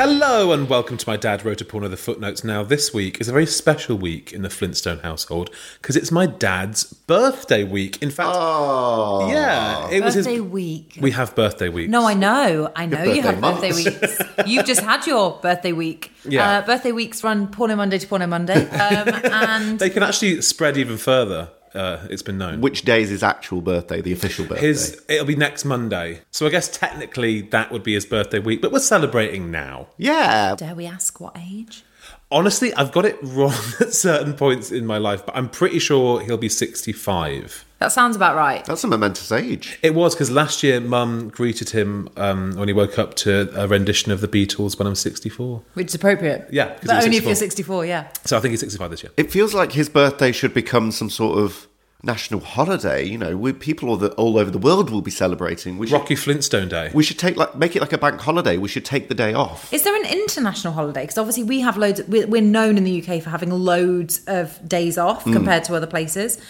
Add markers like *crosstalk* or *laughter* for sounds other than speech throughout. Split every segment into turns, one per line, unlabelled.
Hello and welcome to My Dad Wrote a Porno The Footnotes. Now, this week is a very special week in the Flintstone household because it's my dad's birthday week. In fact,
Oh.
yeah, it was his.
birthday week.
We have birthday week.
No, I know. I know you have
birthday
birthday
month.
weeks. You've just had your birthday week.
*laughs* Yeah.
Uh, birthday weeks run Porno Monday to Porno Monday. Um,
*laughs*
and
They can actually spread even further. Uh, it's been known.
Which day is his actual birthday, the official birthday?
His it'll be next Monday, so I guess technically that would be his birthday week, but we're celebrating now.
Yeah.
dare we ask what age?
Honestly, I've got it *laughs* wrong at certain points in my life, but I'm pretty sure he'll be 65.
That sounds about right.
That's a momentous age.
It was because last year, Mum greeted him um, when he woke up to a rendition of the Beatles when I'm 64.
Which is appropriate.
Yeah, 'cause it
But
was
only if you're 64, yeah.
So I think he's 65 this year.
It feels like his birthday should become some sort of national holiday. You know, we, people all, the, all over the world will be celebrating. We should,
Rocky Flintstone Day.
we should take like make it like a bank holiday. We should take the day off.
Is there an international holiday? Because obviously we have loads, we're, we're known in the UK for having loads of days off
Mm.
compared to other places.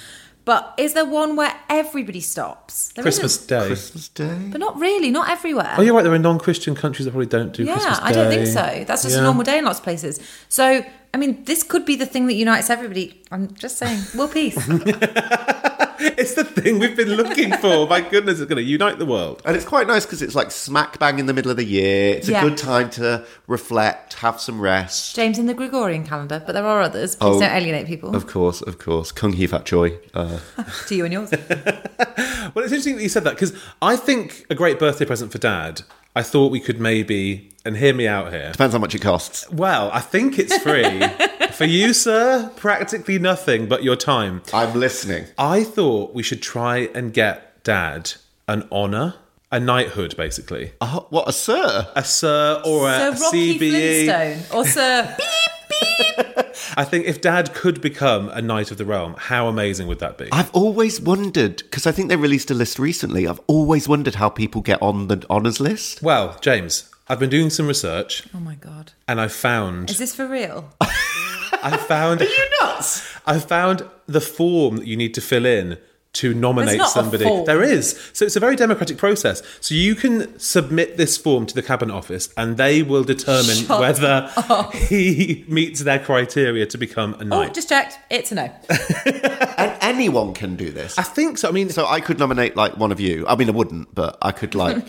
But is there one where everybody stops? There
Christmas
isn't.
Day.
Christmas Day.
But not really, not everywhere.
Oh, you're right. There are non-Christian countries that probably don't do
yeah,
Christmas Day.
I don't think so. That's just
Yeah.
a normal day in lots of places. So, I mean, this could be the thing that unites everybody. I'm just saying, world
*laughs*
peace.
*laughs* It's the thing we've been
*laughs*
looking for. My goodness, it's going to unite the world.
And it's quite nice because it's like smack bang in the middle of the year. It's
Yeah.
a good time to reflect, have some rest.
James in the Gregorian calendar, but there are others. Please
Oh.
don't alienate people.
Of course, of course. Kung Hee Fat Choi. Uh,
to you
*laughs*
and yours.
Well, it's interesting that you said that because I think a great birthday present for Dad. I thought we could maybe and hear me out here.
depends how much it costs.
Well, I think it's free
*laughs*
for you, sir. Practically nothing but your time.
I'm listening.
I thought we should try and get Dad an honour, a knighthood, basically,
Oh, what a sir.
a sir or
Sir
a E.
Rocky
CBE.
Flintstone or
*laughs*
Sir Beep Beep.
I think if Dad could become a knight of the realm, how amazing would that be?
I've always wondered because I think they released a list recently. I've always wondered how people get on the honors list.
Well, James, I've been doing some research
Oh my god,
and I found
is this for real?
I found Are you nuts? I found the form that you need to fill in to nominate
There's not a
somebody.
form.
There is. So it's a very democratic process. So you can submit this form to the cabinet office and they will determine
Shut
whether he meets their criteria to become a
Oh,
knight.
just checked. It's a no.
And anyone can do this.
I think so. I mean,
So I could nominate like one of you. I mean, I wouldn't, but I
*laughs*
could like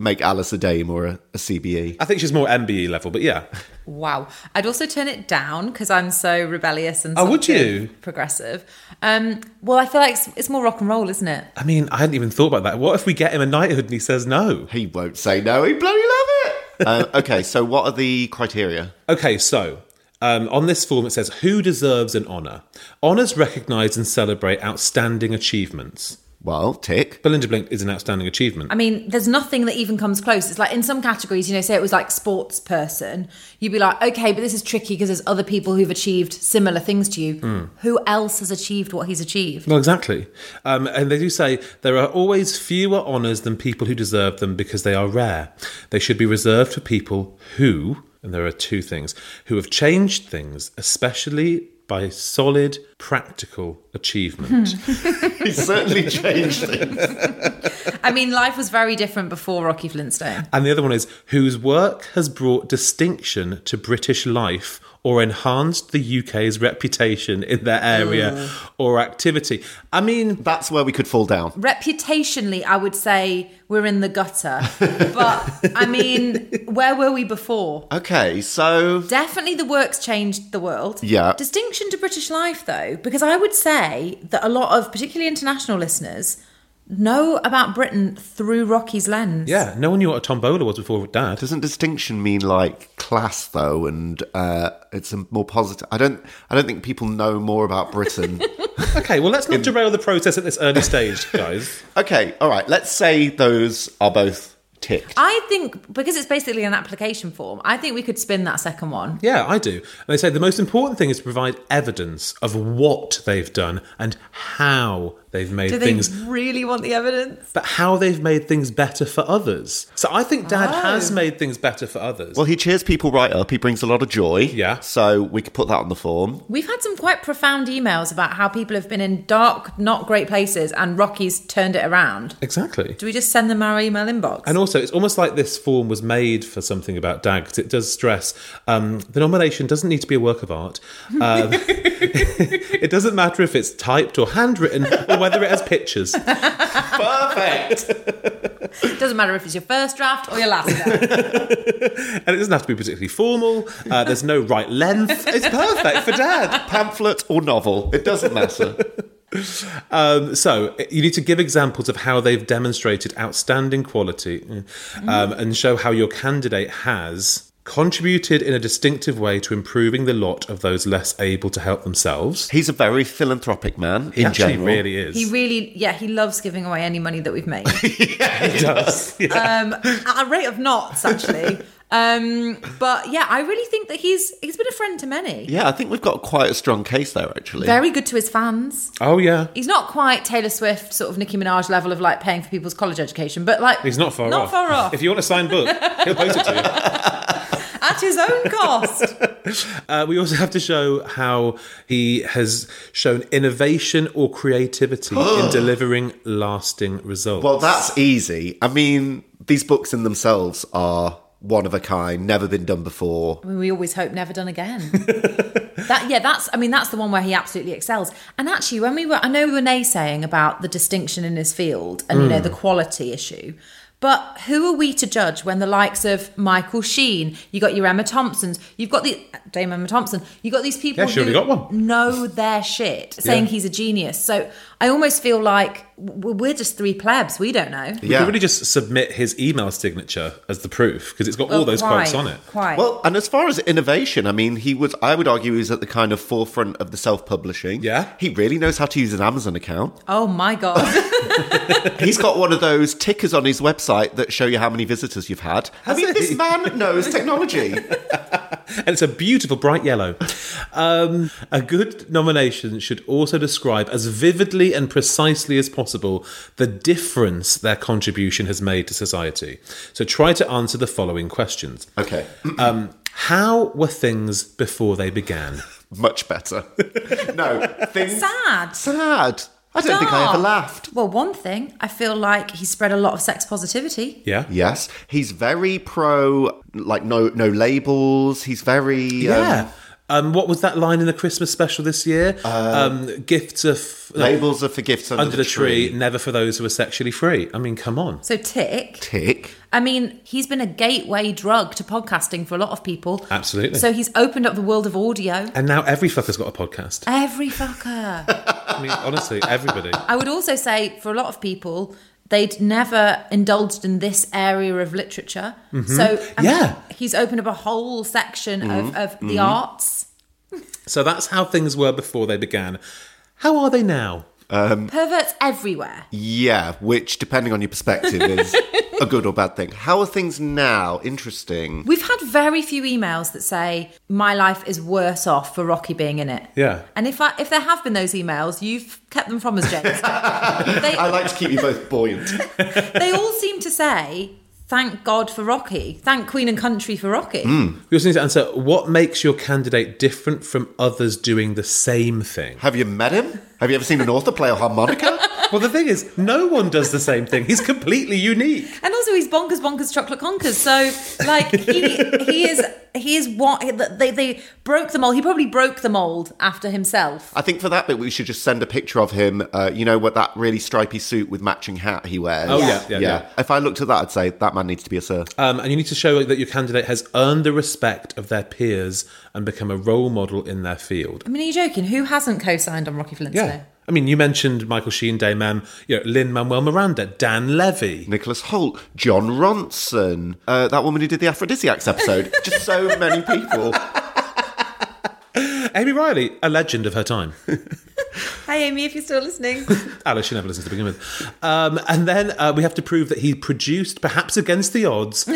make Alice a dame or a, E. a CBE.
I think she's more MBE level, but yeah.
Wow. I'd also turn it down because I'm so rebellious and
Oh, would
sort of
you?
progressive. Um, well, I feel like it's, it's more rock and roll, isn't it?
I mean, I hadn't even thought about that. What if we get him a knighthood and he says no?
He won't say no. He bloody love it. um, okay, so what are the criteria?
Okay, so um, on this form it says who deserves an honour. Honours recognise and celebrate outstanding achievements.
Well, tick. *laughs*
Belinda Blink is an outstanding achievement.
I mean, there's nothing that even comes close. It's like in some categories, you know, say it was like sports person, you'd be like, okay, but this is tricky because there's other people who've achieved similar things to you. Who else has achieved what
*laughs*
he's achieved?
well, exactly. Um, and they do say there are always fewer honours than people who deserve them because they are rare. They should be reserved for people who, and there are two things, who have changed things, especially by solid practical achievement.
He certainly changed things.
I mean, life was very different before Rocky Flintstone.
and the other one is whose work has brought distinction to British life or enhanced the UK's reputation in their area or activity. I mean,
That's where we could fall down.
Reputationally, I would say we're in the gutter. But I mean, where were we before?
Okay, so
Definitely the work's changed the world.
Yeah.
Distinction to British life, though, because I would say that a lot of, particularly international listeners, know about Britain through Rocky's lens.
yeah, no one knew what a tombola was before Dad.
doesn't distinction mean like class though, and uh, it's a more positive? I don't. I don't think people know more
*laughs*
about Britain.
Okay, well, let's not derail the process at this early
*laughs*
stage, guys.
okay, all right. Let's say those are both ticked.
I think because it's basically an application form, I think we could spin that second one.
Yeah, I do. And they say the most important thing is to provide evidence of what they've done and how they've made
Do they
things
really want the evidence?
but how they've made things better for others. So I think Dad
Oh.
has made things better for others.
Well, he cheers people right up. He brings a lot of joy.
Yeah.
So we could put that on the form.
We've had some quite profound emails about how people have been in dark, not great places and Rocky's turned it around.
exactly.
Do we just send them our email inbox?
And also, it's almost like this form was made for something about Dad because it does stress um, the nomination doesn't need to be a work of art.
*laughs*
Um, *laughs* it doesn't matter if it's typed or handwritten or whether it has pictures.
Perfect.
It doesn't matter if it's your first draft or your last
*laughs*
draft.
And it doesn't have to be particularly formal. Uh, there's no right length. It's perfect for Dad.
Pamphlet or novel, it
*laughs*
doesn't matter.
Um, so you need to give examples of how they've demonstrated outstanding quality mm, um, and show how your candidate has contributed in a distinctive way to improving the lot of those less able to help themselves.
He's a very philanthropic man
He
in
actually
general.
really is.
he really, yeah, he loves giving away any money that we've made.
He *laughs* does. Yeah.
At a rate of
*laughs*
knots, actually. Um, but yeah, I really think that he's he's been a friend to many.
Yeah, I think we've got quite a strong case there, actually.
Very good to his fans.
oh yeah.
He's not quite Taylor Swift, sort of Nicki Minaj level of like paying for people's college education, but like
He's not far
not
off.
far off
If you want a signed book, he'll post it to you.
at
*laughs*
his own cost.
Uh, we also have to show how he has shown innovation or creativity
*gasps*
in delivering lasting results.
well, that's easy. I mean, these books in themselves are one of a kind, never been done before.
I mean, we always hope never
*laughs*
done again. that yeah, that's I mean that's the one where he absolutely excels. And actually, when we were, I know we were naysaying about the distinction in his field and
Mm.
you know the quality issue. But who are we to judge when the likes of Michael Sheen, you got your Emma Thompsons, you've got the Dame Emma Thompson, you got these people
Yeah, she
who
already got one.
know their shit, saying he's a genius. So I almost feel like w- we're just three plebs. We don't know.
You
Yeah.
could really just submit his email signature as the proof because it's got all those quotes on it.
Quite.
Well, and as far as innovation, I mean, he was, I would argue, he's at the kind of forefront of the self publishing.
Yeah.
He really knows how to use an Amazon account.
oh my god. *laughs*
He's got one of those tickers on his website that show you how many visitors you've had. I
Has
mean,
he?
this man
*laughs*
knows technology.
And it's a beautiful bright yellow. Um, a good nomination should also describe as vividly and precisely as possible the difference their contribution has made to society. So try to answer the following questions
Okay.
How were things before they began?
Much better. No, things.
Sad.
Sad. I don't think I ever
Dark.
laughed.
Well, one thing, I feel like he spread a lot of sex positivity.
Yeah.
Yes, he's very pro, like no no labels. He's very um,
Yeah. Um, what was that line in the Christmas special this year? um, gifts of
labels are for gifts under,
under the tree, never for those who are sexually free. I mean, come on.
So, tick.
Tick.
I mean, he's been a gateway drug to podcasting for a lot of people.
Absolutely.
So, he's opened up the world of audio.
And now every fucker's got a podcast.
Every fucker.
I mean, honestly, everybody.
I would also say for a lot of people, they'd never indulged in this area of literature.
Mm-hmm.
So, I mean,
Yeah.
he's opened up a whole section
Mm-hmm.
of, of the arts.
So that's how things were before they began. How are they now?
Perverts everywhere.
Yeah, which depending on your perspective is a good or bad thing. How are things now? Interesting.
We've had very few emails that say my life is worse off for Rocky being in it.
Yeah.
And if I, if there have been those emails, you've kept them
*laughs*
from us, James. they,
I like to keep you both buoyant.
they all seem to say Thank God for Rocky. Thank Queen and Country for Rocky.
Hmm.
We also need to answer what makes your candidate different from others doing the same thing?
Have you met him? Have you ever seen an author play a harmonica?
Well, the thing is, no one does the same thing. He's completely unique.
And also, he's bonkers, bonkers, chocolate conkers. So, like, he he is he is what they they broke the mold. He probably broke the mold after himself.
I think for that bit, we should just send a picture of him. Uh, you know what that really stripy suit with matching hat he wears.
Oh, yeah, yeah, yeah.
If I looked at that, I'd say that man needs to be a sir.
Um, and you need to show that your candidate has earned the respect of their peers and become a role model in their field.
I mean, are you joking? Who hasn't co-signed on Rocky Flintstone?
Yeah. I mean, you mentioned Michael Sheen, Dame Mem, you know, Lynn Manuel Miranda, Dan
*laughs*
Levy.
Nicholas Holt, John Ronson, uh, that woman who did the aphrodisiacs episode. just so many people.
Amy Riley, a legend of her time.
Hi, Amy, if you're still listening.
Alice, she never listens to begin with. Um, and then uh, we have to prove that he produced, perhaps against the odds,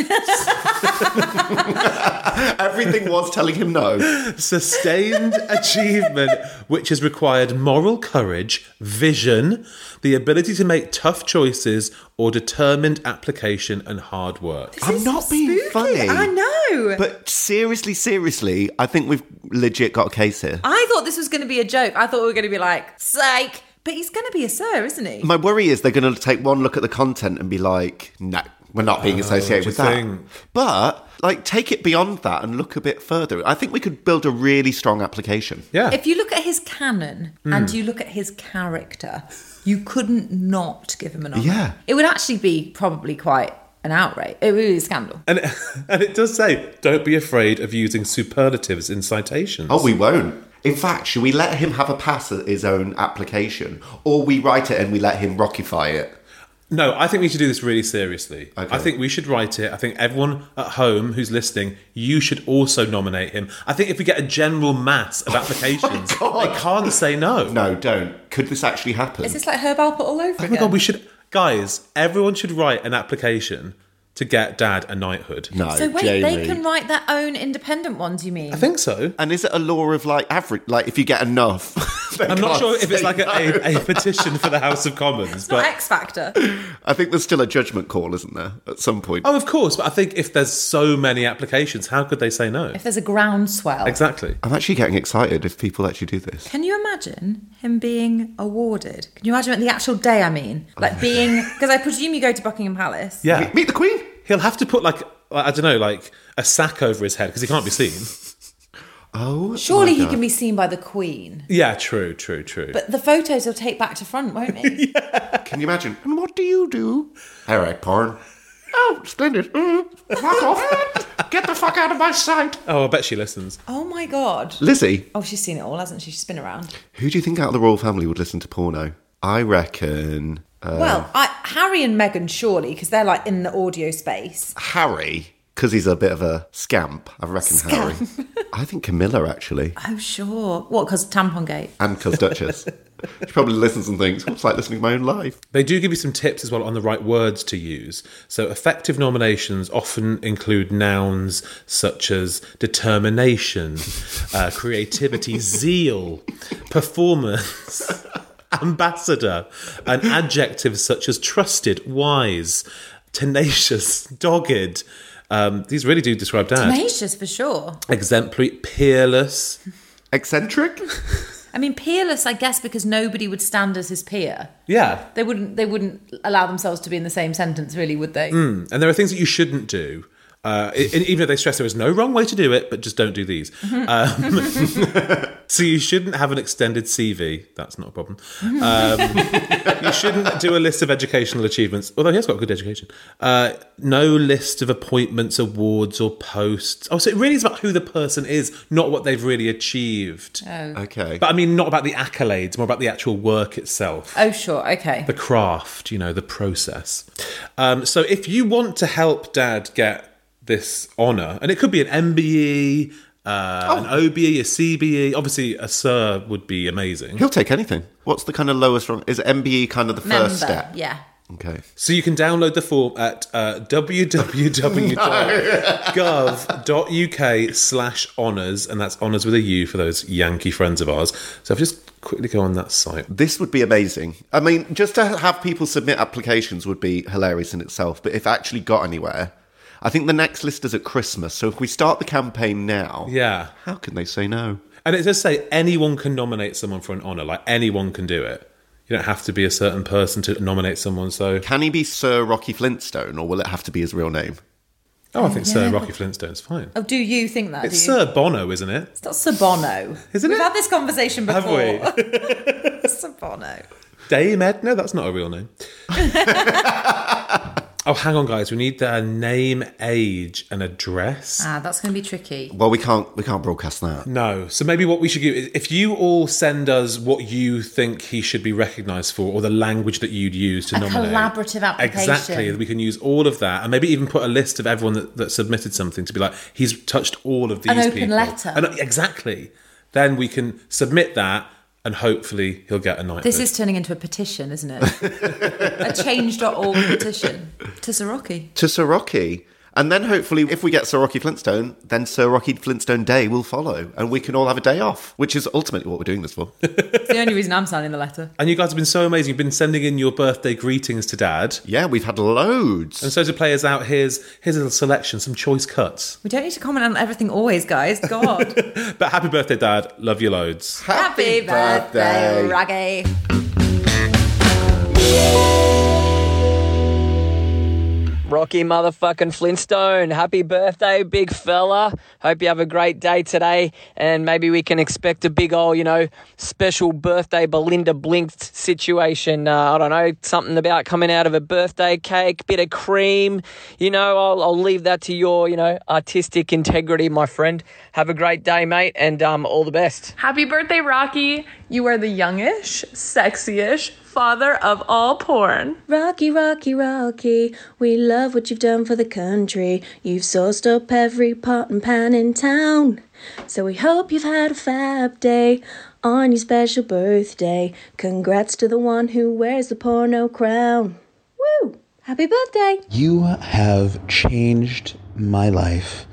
Everything was telling him no.
sustained achievement, which has required moral courage, vision, the ability to make tough choices, or determined application and hard work.
I'm not being funny.
I know.
But seriously, seriously, I think we've legit got a case here.
I thought this was going to be a joke. I thought we were going to be like, psych. But he's going to be a sir, isn't he?
My worry is they're going to take one look at the content and be like, no, we're not being associated
do
with
you
that.
think?
But like, take it beyond that and look a bit further. I think we could build a really strong application.
Yeah.
If you look at his canon and
Hmm.
you look at his character, you couldn't not give him an honor.
Yeah.
It would actually be probably quite an outrage. It would be a scandal.
Um,
and, it, and it does say, don't be afraid of using superlatives in citations.
Oh, we won't. In fact, should we let him have a pass at his own application, or we write it and we let him rockify it?
No, I think we should do this really seriously.
Okay.
I think we should write it. I think everyone at home who's listening, you should also nominate him. I think if we get a general
*laughs*
mass of applications,
Oh God.
they can't say no.
No, don't. Could this actually happen?
Is this like Herb Alpert all over
Oh my
again?
god, we should, guys. Everyone should write an application to get Dad a knighthood.
no,
so wait,
Jamie.
they can write their own independent ones, you mean?
I think so.
And is it a law of like average? Like, if you get enough, *laughs* they
I'm not
can't
sure if it's
say
like a,
no.
a, a petition for the House of
*laughs*
Commons,
Not
but
X Factor.
I think there's still a judgment call, isn't there? At some point.
oh, of course. But I think if there's so many applications, how could they say no?
if there's a groundswell.
Exactly.
I'm actually getting excited if people actually do this.
Can you imagine him being awarded? Can you imagine the actual day? I mean, like
*laughs*
being because I presume you go to Buckingham Palace.
Yeah,
Meet the Queen.
he'll have to put like I don't know, like a sack over his head because he can't be seen.
Oh,
Surely
my
he
God.
can be seen by the Queen.
*laughs* Yeah, true, true, true.
But the photos he'll take back to front, won't he?
*laughs* Can you imagine? And what do you do? Eric porn. Oh, splendid. Mm. Fuck off. Get the fuck out of my sight.
oh, I bet she listens.
Oh my god.
Lizzie,
Oh, she's seen it all, hasn't she? She's been around.
who do you think out of the royal family would listen to porno? I reckon uh,
well, I, Harry and Meghan, surely, because they're like in the audio space.
Harry, because he's a bit of a scamp. I reckon Harry. I think Camilla, actually,
Oh, sure. What? Because tampon gate.
and Cos *laughs* Duchess. she probably listens and thinks, what's like listening to my own life?
They do give you some tips as well on the right words to use. So, effective nominations often include nouns such as determination, *laughs* uh, creativity, *laughs* zeal, performance, *laughs* ambassador, and adjectives such as trusted, wise, tenacious, *laughs* dogged. Um, these really do describe dad.
Tenacious for sure.
Exemplary, peerless.
Eccentric?
I mean, peerless, I guess, because nobody would stand as his peer.
Yeah.
They wouldn't. They wouldn't allow themselves to be in the same sentence, really, would they?
And there are things that you shouldn't do. Uh, e- e- even though they stress there is no wrong way to do it, but just don't do these. Um, *laughs* so you shouldn't have an extended CV. That's not a problem. Um, you shouldn't do a list of educational achievements, although he has got good education. Uh, no list of appointments, awards, or posts. Oh, so it really is about who the person is, not what they've really achieved.
Okay.
But I mean, not about the accolades, more about the actual work itself
Oh, sure. Okay.
the craft, you know, the process. Um, so if you want to help Dad get this honour, and it could be an MBE, uh, an OBE, a CBE, obviously a Sir would be amazing.
He'll take anything. What's the kind of lowest rung? Is MBE kind of the
Member.
first step?
Yeah.
Okay.
So you can download the form at uh, *laughs* www.gov.uk slash honours, and that's honours with a U for those Yankee friends of ours. So I've just quickly go on that site.
This would be amazing. I mean, just to have people submit applications would be hilarious in itself, but if actually got anywhere, I think the next list is at Christmas. So if we start the campaign now,
Yeah.
how can they say no?
And it does say anyone can nominate someone for an honour, like anyone can do it. You don't have to be a certain person to nominate someone, so.
Can he be Sir Rocky Flintstone or will it have to be his real name?
Oh, I think Sir Rocky Flintstone's fine.
Oh, do you think that?
It's
do you?
Sir Bono, isn't it?
it's not Sabono.
Isn't
We've
it?
had this conversation before.
Have we?
Oh. *laughs* Sabono.
Dame Edna? That's not a real
*laughs*
name. oh, hang on, guys. We need their name, age, and address.
Ah, that's going to be tricky.
Well, we can't we can't broadcast that.
No. So maybe what we should do is if you all send us what you think he should be recognised for or the language that you'd use to
A
nominate.
collaborative application.
Exactly. We can use all of that and maybe even put a list of everyone that, that submitted something to be like, he's touched all of these
An open
people.
letter.
And, exactly. Then we can submit that and hopefully he'll get a night.
This is turning into a petition, isn't it? a change.org petition to Sir Rocky.
To Sir Rocky. And then hopefully if we get Sir Rocky Flintstone, then Sir Rocky Flintstone Day will follow and we can all have a day off, which is ultimately what we're doing this for.
It's the only reason I'm signing the letter.
And you guys have been so amazing. You've been sending in your birthday greetings to Dad.
yeah, we've had loads.
And so to players out, here's here's a little selection, some choice cuts.
We don't need to comment on everything always, guys. God.
But happy birthday, Dad. Love you loads.
*laughs* Happy birthday, Raggy.
Rocky motherfucking Flintstone. Happy birthday, big fella. Hope you have a great day today. And maybe we can expect a big old, you know, special birthday Belinda Blinked situation. Uh, I don't know, something about coming out of a birthday cake, bit of cream. You know, I'll, I'll leave that to your, you know, artistic integrity, my friend. Have a great day, mate, and um, all the best.
Happy birthday, Rocky. You are the youngish, sexyish father of all porn.
Rocky, Rocky, Rocky, we love what you've done for the country. You've sourced up every pot and pan in town. So we hope you've had a fab day on your special birthday. Congrats to the one who wears the porno crown. Woo! Happy birthday!
You have changed my life.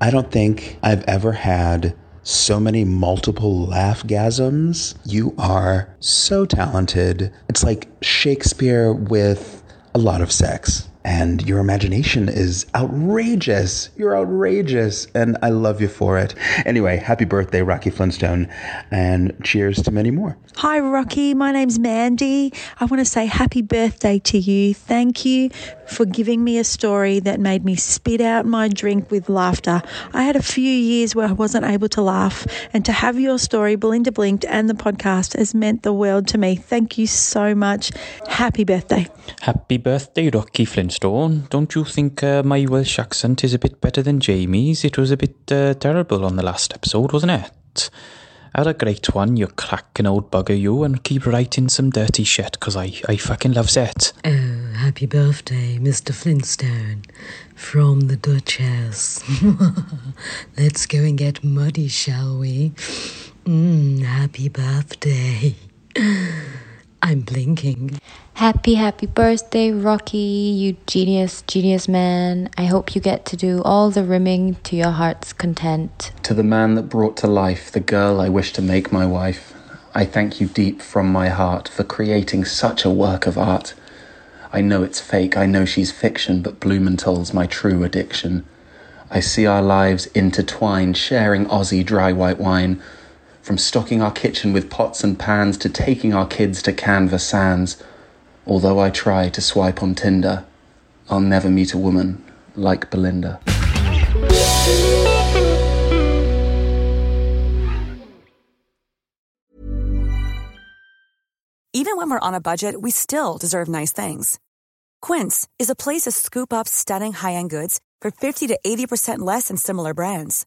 I don't think I've ever had so many multiple laughgasms. You are so talented. It's like Shakespeare with a lot of sex. And your imagination is outrageous. You're outrageous. And I love you for it. Anyway, happy birthday, Rocky Flintstone. And cheers to many more.
Hi, Rocky. My name's Mandy. I want to say happy birthday to you. Thank you for giving me a story that made me spit out my drink with laughter. I had a few years where I wasn't able to laugh, and to have your story, Belinda Blinked, and the podcast has meant the world to me. Thank you so much. Happy birthday.
Happy birthday, Rocky Flintstone. Don't you think uh, my Welsh accent is a bit better than Jamie's? It was a bit uh, terrible on the last episode, wasn't it? Had a great one, you cracking old bugger, you, and keep writing some dirty shit, 'cause I, I fucking loves it.
Oh, Happy birthday, Mr. Flintstone, from the Duchess. *laughs* Let's go and get muddy, shall we? Mm, happy birthday. *laughs* I'm blinking.
Happy, happy birthday, Rocky, you genius, genius man. I hope you get to do all the rimming to your heart's content.
To the man that brought to life the girl I wish to make my wife, I thank you deep from my heart for creating such a work of art. I know it's fake, I know she's fiction, but Blumenthal's my true addiction. I see our lives intertwined, sharing Aussie dry white wine. From stocking our kitchen with pots and pans to taking our kids to canvas sands. Although I try to swipe on Tinder, I'll never meet a woman like Belinda.
Even when we're on a budget, we still deserve nice things. Quince is a place to scoop up stunning high end goods for 50 to 80% less than similar brands.